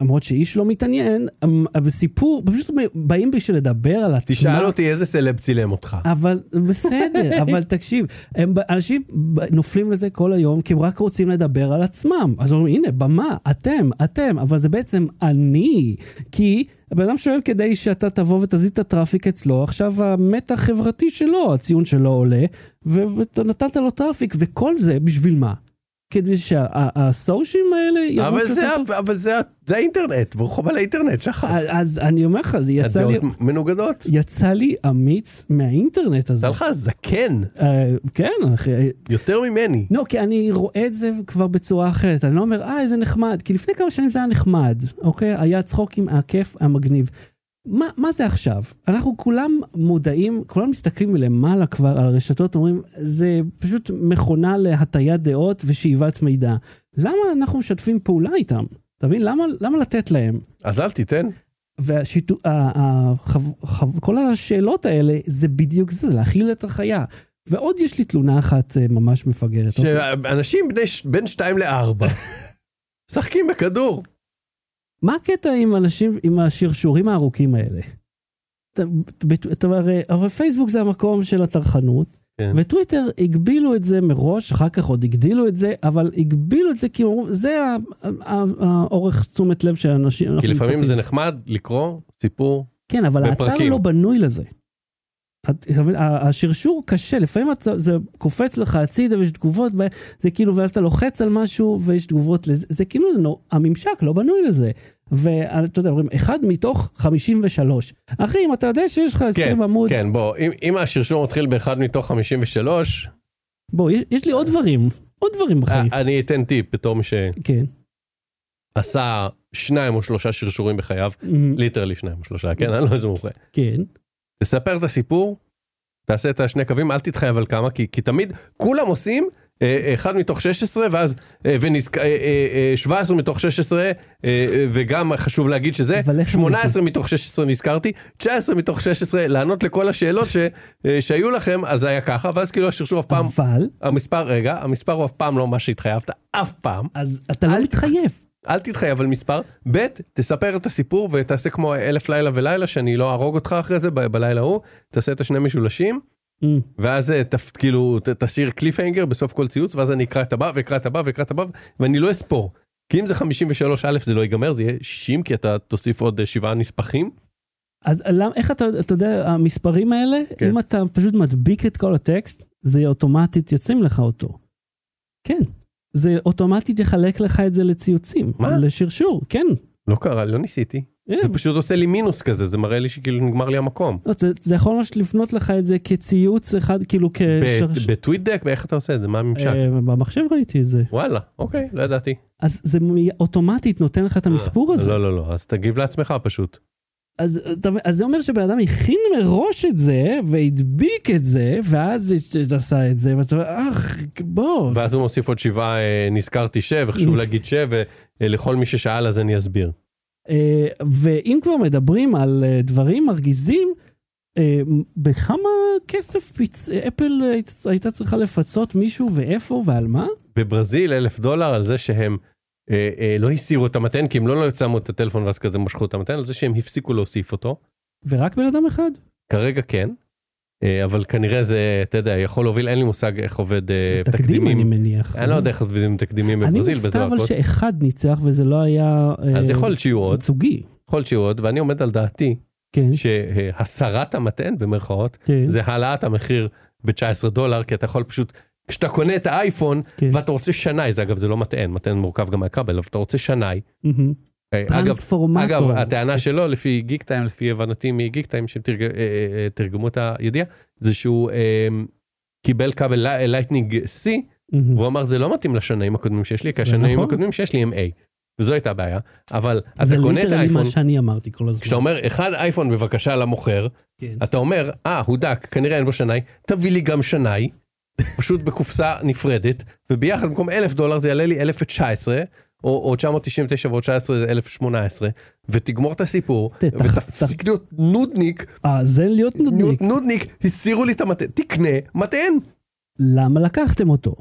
למרות שאיש לא מתעניין, אמ, בסיפור, פשוט באים בשביל לדבר על עצמם.
תשאל אותי איזה סלב צילם אותך.
אבל בסדר, אבל תקשיב, הם, ב- אנשים ב- נופלים לזה כל היום כי הם רק רוצים לדבר על עצמם. אז אומרים, הנה, במה, אתם, אתם, אבל זה בעצם אני. כי הבן אדם שואל כדי שאתה תבוא ותזיז את הטראפיק אצלו, עכשיו המתח החברתי שלו, הציון שלו עולה, ואתה נתת לו טראפיק, וכל זה בשביל מה? כדי שהסושים האלה ירוצו
אבל זה,
יותר
ה-
טוב?
אבל זה, ה- זה האינטרנט, ברוך הבא לאינטרנט, שחר.
אז- אז אני אומר לך, זה אה, יצא לי...
הדעות מנוגדות.
יצא לי אמיץ מהאינטרנט הזה.
יצא לך זקן,
אה, כן, אחי,
יותר ממני.
לא, כי אני רואה את זה כבר בצורה אחרת. אני לא אומר, אה, איזה נחמד. כי לפני כמה שנים זה היה נחמד, אוקיי? היה צחוקים, היה כיף, היה מגניב. מה, מה זה עכשיו? אנחנו כולם מודעים, כולם מסתכלים מלמעלה כבר על הרשתות, אומרים, זה פשוט מכונה להטיית דעות ושאיבת מידע. למה אנחנו משתפים פעולה איתם? אתה מבין? למה, למה לתת להם?
אז אל תיתן.
והשיתו... ה- ה- חב- חב- כל השאלות האלה, זה בדיוק זה, להכיל את החיה. ועוד יש לי תלונה אחת אה, ממש מפגרת. אוקיי?
שאנשים בני ש- בין 2 ל-4 משחקים בכדור.
מה הקטע עם אנשים, עם השרשורים הארוכים האלה? אתה- אתה- אתה הרי- הרי פייסבוק זה המקום של הטרחנות,
כן.
וטוויטר הגבילו את זה מראש, אחר כך עוד הגדילו את זה, אבל הגבילו את זה כי הם אמרו, זה ה- ה- ה- האורך תשומת לב של אנשים.
כי
אנחנו
לפעמים
מצפים."
זה נחמד לקרוא סיפור.
כן, אבל האתר
בפרקים.
לא בנוי לזה. את- אתה מבין? ה- השרשור קשה, לפעמים אתה, זה קופץ לך הצידה ויש תגובות, ב- זה כאילו, ואז אתה לוחץ על משהו ויש תגובות לזה, זה כאילו, נו, הממשק לא בנוי לזה. ואתה יודע, אומרים, אחד מתוך 53. אחי, אם אתה יודע שיש לך 20
כן,
עמוד,
כן, בוא, אם- אם השרשור מתחיל באחד מתוך 53,
בוא, יש, יש לי עוד דברים, עוד דברים בחיים.
אה, אני אתן טיפ בתור מי
כן.
שעשה שניים או שלושה שרשורים בחייו, ליטרלי שניים או שלושה, כן, אני לא איזה מומחה.
כן.
תספר את הסיפור, תעשה את השני קווים, אל תתחייב על כמה, כי, כי תמיד כולם עושים אה, אחד מתוך 16, ואז אה, ונזק, אה, אה, אה, 17 מתוך 16, אה, אה, וגם חשוב להגיד שזה,
אבל איך הם
18 מתוך 16 נזכרתי, 19 מתוך 16 לענות לכל השאלות ש, אה, שהיו לכם, אז זה היה ככה, ואז כאילו השרשור אף פעם,
אבל,
המספר, רגע, המספר הוא אף פעם לא מה שהתחייבת, אף פעם.
אז אתה לא
אל-
מתחייב.
אל תתחייב על מספר, ב', תספר את הסיפור ותעשה כמו אלף לילה ולילה, שאני לא אהרוג אותך אחרי זה ב- בלילה ההוא, תעשה את השני משולשים,
אמ,
ואז אה, תפ, כאילו ת, תשאיר קליפהנגר בסוף כל ציוץ, ואז אני אקרא את הבא ואקרא את הבא ואקרא את הבא, ואני לא אספור. כי אם זה 53 א' זה לא ייגמר, זה יהיה 60, כי אתה תוסיף עוד אה, שבעה נספחים.
אז למ, איך אתה, אתה יודע, המספרים האלה,
כן.
אם אתה פשוט מדביק את כל הטקסט, זה אוטומטית ישים לך אותו. כן. זה אוטומטית יחלק לך את זה לציוצים.
מה?
לשרשור, כן.
לא קרה, לא ניסיתי.
אה,
זה פשוט עושה לי מינוס כזה, זה מראה לי שכאילו נגמר לי המקום.
לא, זה, זה יכול ממש לבנות לך את זה כציוץ אחד, כאילו כשרש...
ב- בטוויט דק, איך אתה עושה את זה? מה הממשק?
אה, במחשב ראיתי את זה.
וואלה, אוקיי, לא ידעתי.
אז זה מ- אוטומטית נותן לך את המספור הזה. אוקיי.
לא, לא, לא, אז תגיב לעצמך פשוט.
אז, אתה- אז זה אומר שבן אדם הכין מראש את זה, והדביק את זה, ואז זה- עשה את זה, ואתה אומר, אך, בוא.
ואז הוא מוסיף עוד שבעה, אה, נזכרתי ש, וחשוב
נז-
להגיד ש, ולכל מי ששאל אז אני אסביר.
אה, ואם כבר מדברים על אה, דברים מרגיזים, אה, בכמה כסף פיצ... אפל היית- הייתה צריכה לפצות מישהו ואיפה ועל מה?
בברזיל אלף דולר על זה שהם אה, אה, לא הסירו את המתן, כי הם לא שמו את הטלפון ואז כזה משכו את המתן, על זה שהם הפסיקו להוסיף אותו.
ורק בן אדם אחד?
כרגע כן, אה, אבל כנראה זה, אתה יודע, יכול להוביל, אין לי מושג איך עובד אה,
תקדים, אני
תקדימים.
מניח.
אני לא יודע איך עובדים תקדימים
אני
בברזיל
מופתע אבל
בזוהקות.
שאחד ניצח וזה לא היה אה,
אז יכול להיות שיהיו עוד,
ייצוגי.
יכול להיות שיהיו עוד, ואני עומד על דעתי
כן,
שהסרת המתן, במרכאות,
כן,
זה העלאת המחיר ב-19 דולר, כי אתה יכול פשוט, כשאתה קונה את האייפון,
כן.
ואתה רוצה שנאי, זה אגב, זה לא מטען, מטען מורכב גם מהכבל, אבל אתה רוצה שנאי.
מהמם.
אה, אגב, אגב,
טרנספורמטור.
הטענה שלו, לפי גיק טיים, לפי הבנתי מגיק טיים, שהם תרג- אה, אה, אה, תרגמו את הידיעה, זה שהוא אה, קיבל כבל לי- לייטנינג C,
מהמם.
והוא אמר, זה לא מתאים לשנאים הקודמים שיש לי, כי השנאים
נכון.
הקודמים שיש לי הם A. וזו הייתה הבעיה, אבל
זה
אתה קונה את
ליטרלי
האייפון,
מה שאני אמרתי כל הזמן.
כשאתה אומר, אחד אייפון בבקשה למוכר,
כן.
אתה אומר, אה, הוא דק, כנראה אין בו שנאי, תביא לי גם שנאי, פשוט בקופסה נפרדת, וביחד במקום 1,000 דולר זה יעלה לי 1,019, או, או 999 ועוד 19 זה 1,018, ותגמור את הסיפור,
ת- ת-
ותפסיק להיות נודניק,
אה, זה להיות נודניק.
נו- נודניק, הסירו לי את המטען, תקנה מטען,
למה לקחתם אותו?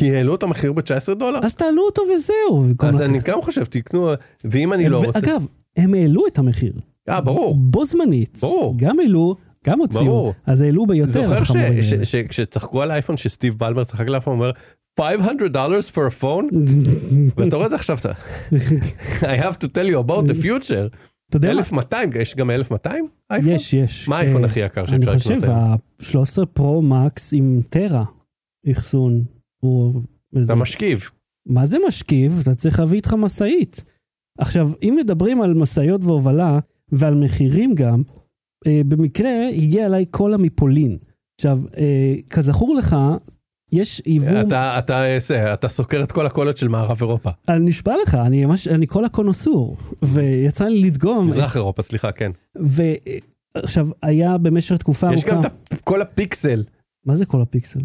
כי העלו את המחיר ב-19 דולר.
אז תעלו אותו וזהו. במקום
אז
לקחת.
אני גם חושב, תקנו, ואם אני לא רוצה,
אגב, הם העלו את המחיר.
אה, ברור.
בו זמנית.
ברור.
גם העלו, גם הוציאו.
ברור.
אז העלו ביותר
זוכר ש-
החמורים
ש-
האלה.
ש- שצחקו על האייפון שסטיב בלמר צחק על האייפון, הוא אומר, 500 דולר for a phone? ואתה רואה את זה עכשיו, אתה... I have to tell you about the future.
אתה יודע מה?
1200, יש גם 1200 אייפון?
יש, יש.
מה האייפון
אה,
הכי יקר
אני
שאפשר
חושב,
לקנות היום?
ה-13 פרו מקס עם טרה אחסון. הוא... איזה-
אתה משכיב.
מה זה משכיב? אתה צריך להביא איתך משאית. עכשיו, אם מדברים על משאיות והובלה, ועל מחירים גם, אה, במקרה הגיע אליי קולה מפולין. עכשיו, אה, כזכור לך, יש יבוא...
אה, אתה- אתה אה, זה, אתה סוקר את כל הקולות של מערב אירופה.
אני נשבע לך, אני ממש, אני כל הקונוסור, ויצא לי לדגום,
מזרח אירופה, סליחה, כן.
ועכשיו, היה במשך תקופה
יש
ארוכה,
גם את ה- כל הפיקסל. ב-
מה זה כל הפיקסל?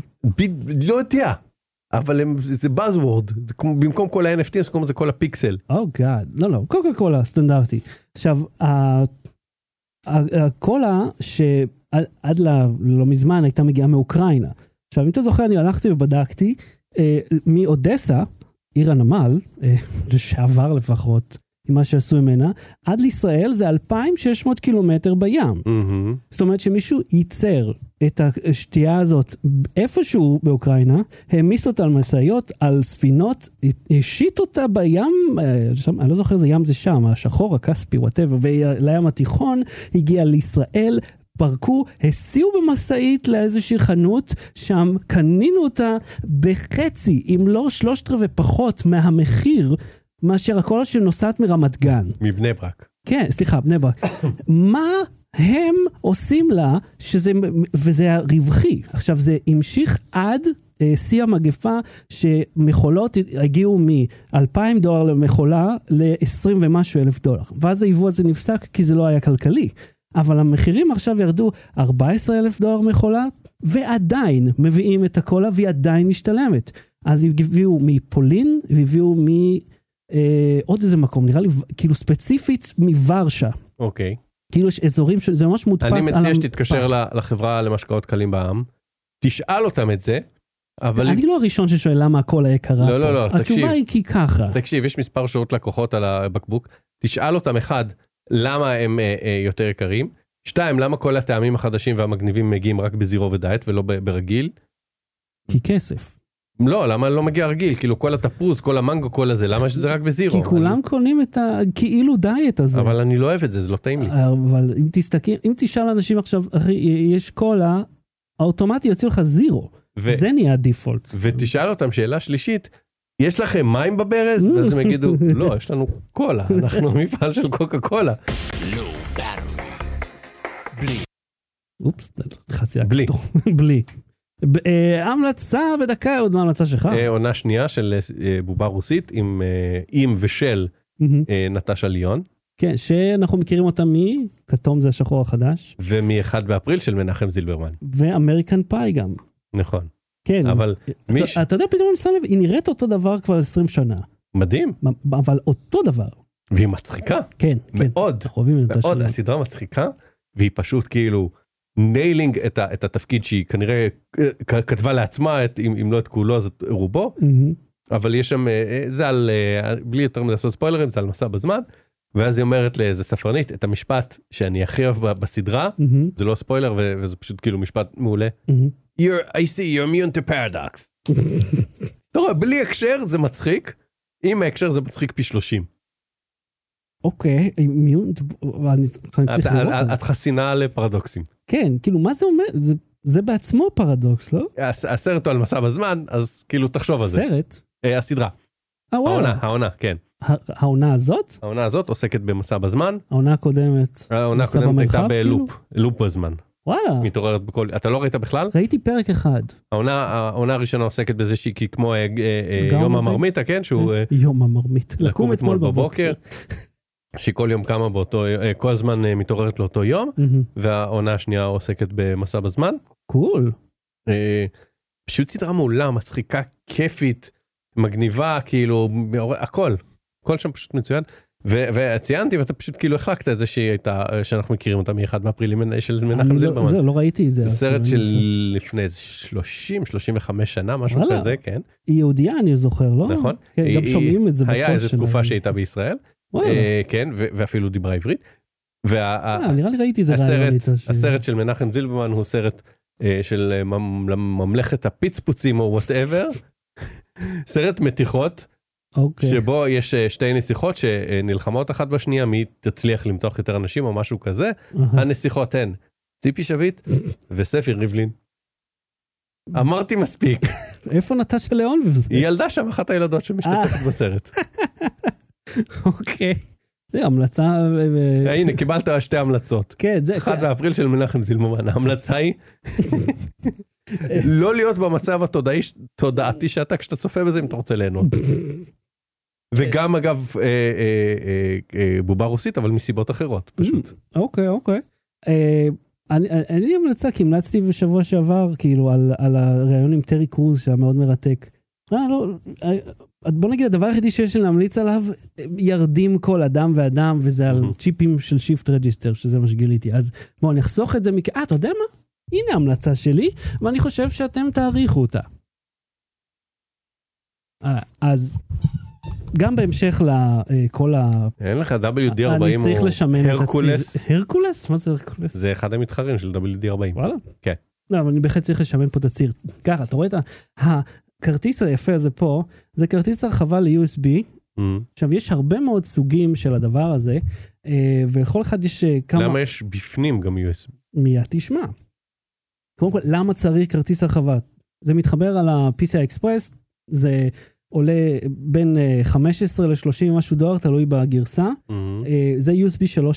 לא יודע. אבל הם- זה זה buzzword, זה כמו- במקום כל ה-NFT אז קוראים לזה כל הפיקסל.
או גאד, לא, לא, קוקה קולה, סטנדרטי. עכשיו, ה- ה- הקולה שעד עד ל- לא מזמן הייתה מגיעה מאוקראינה. עכשיו, אם אתה זוכר, אני הלכתי ובדקתי, אה, מאודסה, עיר הנמל, אה, לשעבר לפחות, עם מה שעשו ממנה, עד לישראל זה 2,600 קילומטר בים.
מהמם.
זאת אומרת שמישהו ייצר את השתייה הזאת איפשהו באוקראינה, העמיס אותה על משאיות, על ספינות, השית אותה בים, אה, שם, אני לא זוכר איזה ים זה שם, השחור, הכספי, וואטאבר, ולים התיכון, הגיע לישראל, פרקו, הסיעו במשאית לאיזושהי חנות, שם קנינו אותה בחצי, אם לא שלושת רבעי פחות מהמחיר, מאשר הקולה שנוסעת מרמת גן.
מבני ברק.
כן, סליחה, בני ברק. מה הם עושים לה, שזה, וזה הרווחי. עכשיו, זה המשיך עד אה, שיא המגפה, שמכולות הגיעו מ-2,000 דולר למכולה ל-20 ומשהו אלף דולר. ואז היבוא הזה נפסק כי זה לא היה כלכלי. אבל המחירים עכשיו ירדו 14 אלף דולר מכולה, ועדיין מביאים את הקולה והיא עדיין משתלמת. אז הביאו מפולין, והביאו מ... אה, עוד איזה מקום, נראה לי, ו- כאילו ספציפית מוורשה.
אוקיי.
כאילו יש אזורים שזה ממש מודפס על
אני
המדפס.
מציע שתתקשר ל- לחברה למשקאות קלים בע"מ, תשאל אותם את זה, אבל
אני לא הראשון ששואל למה הכל היה יקרה
לא,
פה.
לא, לא, תקשיב.
התשובה היא כי ככה.
תקשיב, יש מספר שעות לקוחות על הבקבוק, תשאל אותם אחד, למה הם אה, אה, יותר יקרים, שתיים, למה כל הטעמים החדשים והמגניבים מגיעים רק בזירו ודייט ולא ב- ברגיל,
כי כסף.
לא, למה לא מגיע רגיל, כאילו כל התפוז, כל המנגו, כל הזה, למה שזה רק בזירו?
כי כולם
אני-
קונים את הכאילו דיאט הזה.
אבל אני לא אוהב את זה, זה לא טעים לי.
אבל אם תסתכל, אם תשאל אנשים עכשיו, אחי, יש קולה, האוטומטי יוציאו לך זירו.
ו-
זה נהיה הדיפולט.
ותשאל אותם שאלה שלישית, יש לכם מים בברז? ואז הם יגידו, לא, יש לנו קולה, אנחנו מפעל של קוקה קולה.
Low Battery. בלי
אופס, חצי
בלי.
הכפתור. בלי. ב- אה, המלצה בדקה, עוד מההמלצה שלך.
אה, עונה שנייה של אה, בובה רוסית עם אה, עם ושל
מהמם.
אה, נטשה ליון,
כן, שאנחנו מכירים אותה מ... כתום זה השחור החדש,
ומ-1 באפריל של מנחם זילברמן.
ואמריקן פאי גם.
נכון,
כן.
אבל מי ש...
אתה, אתה יודע, פתאום אני שם לב, היא נראית אותו דבר כבר 20 שנה,
מדהים,
מ- אבל אותו דבר.
והיא מצחיקה,
כן, כן.
מאוד,
אנחנו אוהבים את
מאוד,
השאלה.
הסדרה מצחיקה, והיא פשוט כאילו ניילינג את ה- את התפקיד שהיא כנראה אה, כ- כתבה לעצמה, את- אם אם לא את כולו אז את רובו.
מהמם.
אבל יש שם, אה, אה, זה על, אה, בלי יותר מדי לעשות ספוילרים, זה על מסע בזמן, ואז היא אומרת לאיזה ספרנית את המשפט שאני הכי אוהב ב- בסדרה,
מהמם.
זה לא ספוילר ו- וזה פשוט כאילו משפט מעולה.
מהמם.
You're, I see, you're immune to paradox. אתה רואה, בלי הקשר זה מצחיק, עם ההקשר זה מצחיק פי 30.
אוקיי, מיון, אני עכשיו אני
את,
צריך לראות.
את,
את זה.
את חסינה לפרדוקסים.
כן, כאילו, מה זה אומר? זה- זה בעצמו פרדוקס, לא?
הס- הסרט הוא על מסע בזמן, אז כאילו תחשוב על זה.
סרט.
אה, הסדרה,
אה,
העונה,
וואלה.
העונה, כן.
הע- העונה הזאת?
העונה הזאת עוסקת במסע בזמן,
העונה הקודמת.
העונה
מסע
הקודמת הייתה
במרחב, כאילו?
בלופ, לופ בזמן.
וואלה.
מתעוררת בכל, אתה לא ראית בכלל?
ראיתי פרק אחד.
העונה, העונה הראשונה עוסקת בזה שהיא כי- כמו אה, אה,
גם
יום
מתי?
המרמיתה, כן? שהוא אה,
יום המרמית.
לקום אתמול בבוקר, אה, שהיא כל יום קמה באותו, אה, כל הזמן אה, מתעוררת לאותו יום,
מהמם.
והעונה השנייה עוסקת במסע בזמן.
קול.
אה, פשוט סדרה מעולה, מצחיקה, כיפית, מגניבה, כאילו, מעור- הכל, הכל שם פשוט מצוין. ו- וציינתי ואתה פשוט כאילו החלקת את זה שהיא הייתה, אה, שאנחנו מכירים אותה מ-1 באפריל עם- של מנחם
אני לא-
זילברמן.
זהו, לא ראיתי את זה.
זה סרט
אפילו,
של
אני מצטער.
לפני איזה 30, 35 שנה, משהו
וואלה.
כזה, כן,
היא יהודייה, אני זוכר, לא?
נכון.
כן, גם
היא-
שומעים את זה בקול שלה.
היה איזה תקופה שהייתה בישראל,
וואלה.
אה, כן, ו- ואפילו דיברה עברית.
אה, נראה לי ראיתי איזה רעיון איתה. ש-
והסרט של מנחם זילברמן הוא סרט אה, של אה, ממ- ממלכת הפיצפוצים או וואטאבר. סרט מתיחות,
אוקיי.
שבו יש אה, שתי נסיכות שנלחמות אחת בשנייה, מי תצליח למתוח יותר אנשים או משהו כזה.
אהה.
הנסיכות הן ציפי שביט וספי ריבלין. אמרתי מספיק.
איפה נטשה ליאון וזה?
היא ילדה שם, אחת הילדות
אה.
שמשתתפת בסרט.
אוקיי. זה המלצה... אה, אה,
הנה, קיבלת שתי המלצות.
כן, זה...
1 באפריל של מנחם זילמומן, ההמלצה היא לא להיות במצב התודעי- תודעתי שאתה כשאתה צופה בזה אם אתה רוצה ליהנות. וגם אגב אה, אה, אה, אה, בובה רוסית אבל מסיבות אחרות פשוט.
אוקיי, אוקיי. אה, אני- אני- אין לי המלצה, כי המלצתי בשבוע שעבר, כאילו, על- על הריאיון עם טרי קרוז, שהיה מאוד מרתק. אה, לא, אה, בוא נגיד, הדבר היחידי שיש לי להמליץ עליו, אה, ירדים כל אדם ואדם, וזה על
Mhm.
צ'יפים של שיפט רג'יסטר, שזה מה שגיליתי. אז בואו נחסוך את זה מכ... אה, אתה יודע מה? הנה ההמלצה שלי, ואני חושב שאתם תעריכו אותה. אה, אז גם בהמשך לכל ה...
אין לך WD40
אני צריך
הוא
לשמן את
הרקולס.
הציר. הרקולס? מה זה הרקולס?
זה אחד המתחרים של WD40.
וואלה.
כן.
לא, אבל אני בהחלט צריך לשמן פה את הציר. ככה, אתה רואה את ה... הכרטיס היפה הזה פה, זה כרטיס הרחבה ל-USB.
אמ,
עכשיו, יש הרבה מאוד סוגים של הדבר הזה. אה, ולכל אחד יש אה, כמה...
למה יש בפנים גם USB?
מיד תשמע. קודם כל, למה צריך כרטיס הרחבה? זה מתחבר על ה-PCI Express, זה עולה בין אה, 15 ל-30 משהו דולר, תלוי בגרסה.
Mm.
אה, זה USB 3.0,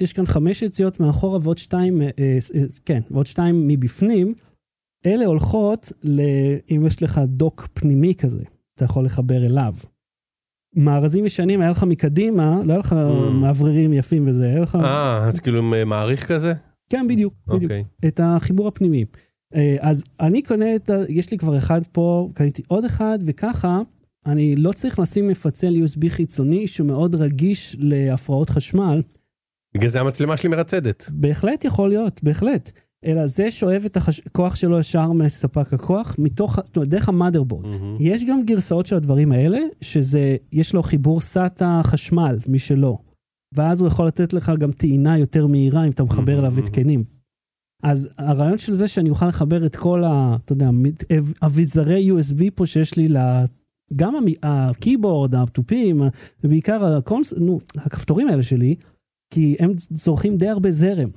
יש כאן חמש יציאות מאחורה ועוד שתיים, אה, אה, אה, כן, ועוד שתיים מבפנים. אלה הולכות, ל... אם יש לך דוק פנימי כזה, אתה יכול לחבר אליו. מארזים ישנים, היה לך מקדימה, לא היה לך מאווררים יפים וזה, היה לך...
Mm. אה, אז כאילו עם, אה, מעריך כזה?
כן, בדיוק, בדיוק.
אוקיי.
את החיבור הפנימי. אה, אז אני קונה את ה... יש לי כבר אחד פה, קניתי עוד אחד, וככה אני לא צריך לשים מפצל USB חיצוני שמאוד רגיש להפרעות חשמל.
בגלל זה המצלמה שלי מרצדת.
Mm. בהחלט יכול להיות, בהחלט. אלא זה שואב את הכוח שלו ישר מספק הכוח, מתוך, זאת אומרת, דרך המאדרבורד.
מהמם.
יש גם גרסאות של הדברים האלה, שזה, יש לו חיבור סאטה חשמל משלו, ואז הוא יכול לתת לך גם טעינה יותר מהירה אם אתה מחבר אליו
מהמם.
התקנים. אז הרעיון של זה שאני אוכל לחבר את כל ה... אתה יודע, מ- אב- אביזרי USB פה שיש לי ל... גם המ- הקeyboard, התופים, ובעיקר הקונס... נו, הכפתורים האלה שלי, כי הם צורכים די הרבה זרם.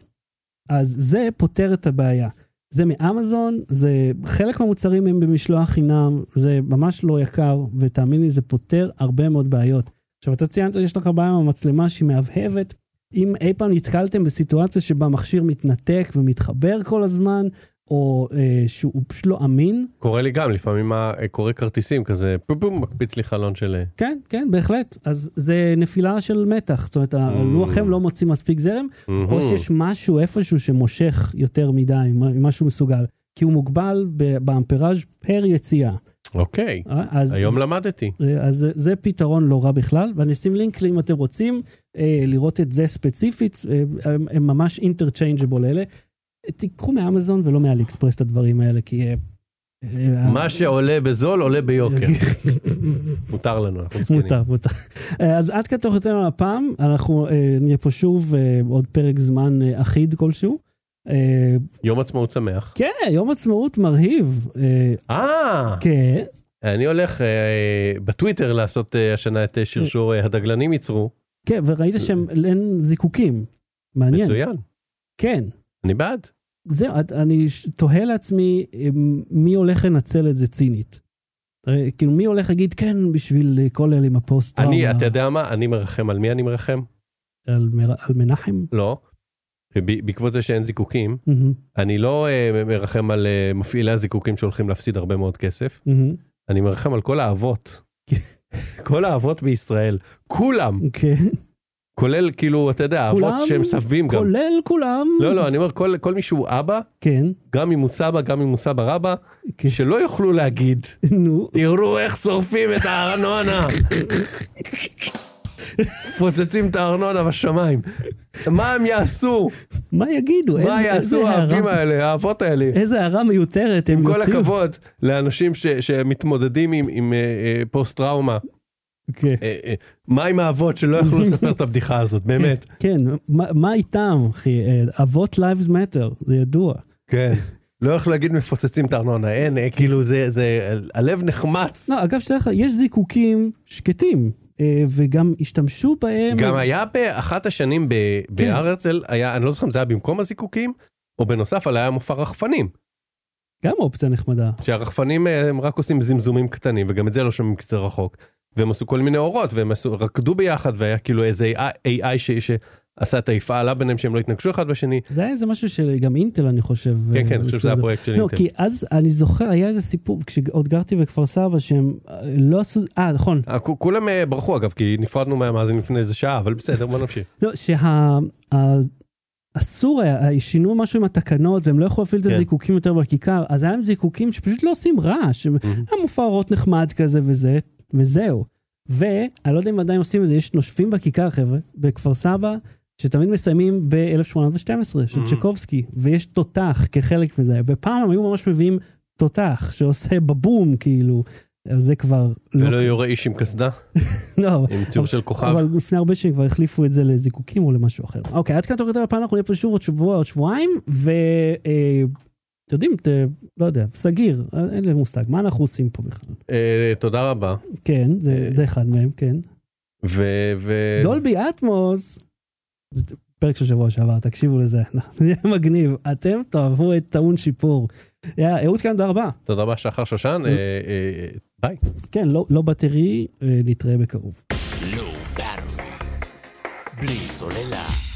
אז זה פותר את הבעיה. זה מאמזון, זה חלק מהמוצרים הם במשלוח חינם, זה ממש לא יקר, ותאמין לי, זה פותר הרבה מאוד בעיות. עכשיו, אתה ציינת שיש לך בעיה עם המצלמה שהיא מהבהבת. אם אי פעם נתקלתם בסיטואציה שבה מכשיר מתנתק ומתחבר כל הזמן, או אה, שהוא פשוט לא אמין,
קורה לי גם, לפעמים ה- קורה כרטיסים כזה, פום פום, מקפיץ לי חלון של... אה,
כן, כן, בהחלט. אז זה נפילה של מתח, זאת אומרת, הלוחם לא מוציא מספיק זרם,
Mm.
או שיש משהו איפשהו שמושך יותר מדי ממה שהוא מסוגל, כי הוא מוגבל ב- באמפראז' פר יציאה.
אוקיי,
אה? אז, אה.
היום למדתי.
אז זה, זה פתרון לא רע בכלל, ואני אשים לינק לי אם אתם רוצים אה, לראות את זה ספציפית, אה, הם, הם ממש אינטרצ'יינג'בול אלה. תיקחו מאמזון ולא מאלי אקספרס את הדברים האלה, כי... אה, אה,
מה אוקיי, שעולה בזול עולה ביוקר. מותר לנו, אנחנו מסכנים.
מותר, מותר. אה, אז עד כאן תוך יותר הפעם, אנחנו אה, נהיה פה שוב אה, עוד פרק זמן אה, אחיד כלשהו. אה,
יום עצמאות שמח.
כן, יום עצמאות מרהיב. אה,
אה,
כן,
אני הולך אה, בטוויטר לעשות אה, השנה את אה, שרשור אה, הדגלנים ייצרו.
כן, וראית שהם אין זיקוקים. מעניין.
מצוין,
כן.
אני בעד.
זהו, את- אני ש- תוהה לעצמי אה, מי הולך לנצל את זה צינית. אה, כאילו, מי הולך להגיד כן בשביל אה, כל אלה עם הפוסט-טראומה?
אני, אתה יודע מה, אני מרחם, על מי אני מרחם?
על מר- על מנחם?
לא. ב- בעקבות זה שאין זיקוקים,
מהמם,
אני לא אה, מרחם על אה, מפעילי הזיקוקים שהולכים להפסיד הרבה מאוד כסף,
מהמם.
אני מרחם על כל האבות. כל האבות בישראל, כולם,
כן,
כולל כאילו, אתה יודע, האבות
כולם?
שהם סבים גם.
כולל כולם.
לא, לא, אני אומר, כל, כל מי שהוא אבא,
כן,
גם אם הוא סבא, גם אם הוא סבא רבא,
כן.
שלא יוכלו להגיד,
נו.
תראו איך שורפים את הארנונה. פוצצים את הארנונה בשמיים. מה הם יעשו?
מה יגידו?
מה
איזה-
יעשו
איזה הערה-
האבים האלה, האבות האלה?
איזה הערה מיותרת הם
עם כל
יוציאו.
הכבוד לאנשים ש- שמתמודדים עם- עם אה, אה, פוסט-טראומה.
כן.
אה, אה, מה עם האבות שלא יכלו לספר את הבדיחה הזאת, אה, באמת.
כן, מה- מה איתם, אחי? אה, אבות Lives Matter, זה ידוע.
כן. לא יכלו להגיד מפוצצים את הארנונה, אין, אה, כאילו זה, זה, הלב נחמץ.
לא, אגב, שתדע לך, יש זיקוקים שקטים, אה, וגם השתמשו בהם.
גם
אז-
היה באחת השנים ב-
כן.
בהר הרצל, היה, אני לא זוכר אם זה היה במקום הזיקוקים, או בנוסף, אבל היה מופע רחפנים.
גם אופציה נחמדה.
שהרחפנים אה, הם רק עושים זמזומים קטנים, וגם את זה לא שומעים קצת רחוק. והם עשו כל מיני אורות, והם עשו, רקדו ביחד, והיה כאילו איזה AI AI ש, שעשה את היפעלה ביניהם, שהם לא התנגשו אחד בשני.
זה היה איזה משהו שגם אינטל, אני חושב.
כן,
אה,
כן, אני חושב
ניסו
שזה היה
לעשות.
פרויקט של
לא,
אינטל.
כי אז אני זוכר, היה איזה סיפור, כשעוד גרתי בכפר סבא, שהם אה, לא עשו, אה, נכון,
אה, כ- כולם אה, ברחו אגב, כי נפרדנו מהמאזין לפני איזה שעה, אבל בסדר, בוא נמשיך.
לא, שה... ה- אסור היה, אה, שינו משהו עם התקנות והם לא יכלו להפעיל את
כן.
הזיקוקים יותר בכיכר, אז היה להם זיקוקים שפשוט לא עושים רעש, הם- היה מופע אורות נחמד כזה וזה, וזהו. ואני לא יודע אם עדיין עושים את זה, יש נושפים בכיכר, חבר'ה, בכפר סבא, שתמיד מסיימים ב-1812, של
Mhm.
צ'קובסקי, ויש תותח כחלק מזה, ופעם הם היו ממש מביאים תותח שעושה בבום, כאילו, אז זה כבר לא...
ולא יורה איש עם קסדה,
לא,
עם ציור של כוכב.
אבל לפני הרבה שנים כבר החליפו את זה לזיקוקים או למשהו אחר. אוקיי, עד כאן תוך יותר הפעם אנחנו נהיה פה שוב עוד שבוע, עוד שבועיים, ו... אה, אתם יודעים, ת, לא יודע, סגיר, אה, אין לי מושג, מה אנחנו עושים פה בכלל?
אה, תודה רבה.
כן, זה,
אה,
זה אחד מהם, כן.
ו... ו-
דולבי אטמוס, זה פרק של שבוע שעבר, תקשיבו לזה, זה יהיה מגניב, אתם תאהבו את טעון שיפור. יא, אהוד כאן, תודה רבה.
תודה רבה, שחר שושן, אה, אה, ביי.
כן, לא, לא בטרי, אה, נתראה בקרוב.
Low Battery. בלי סוללה.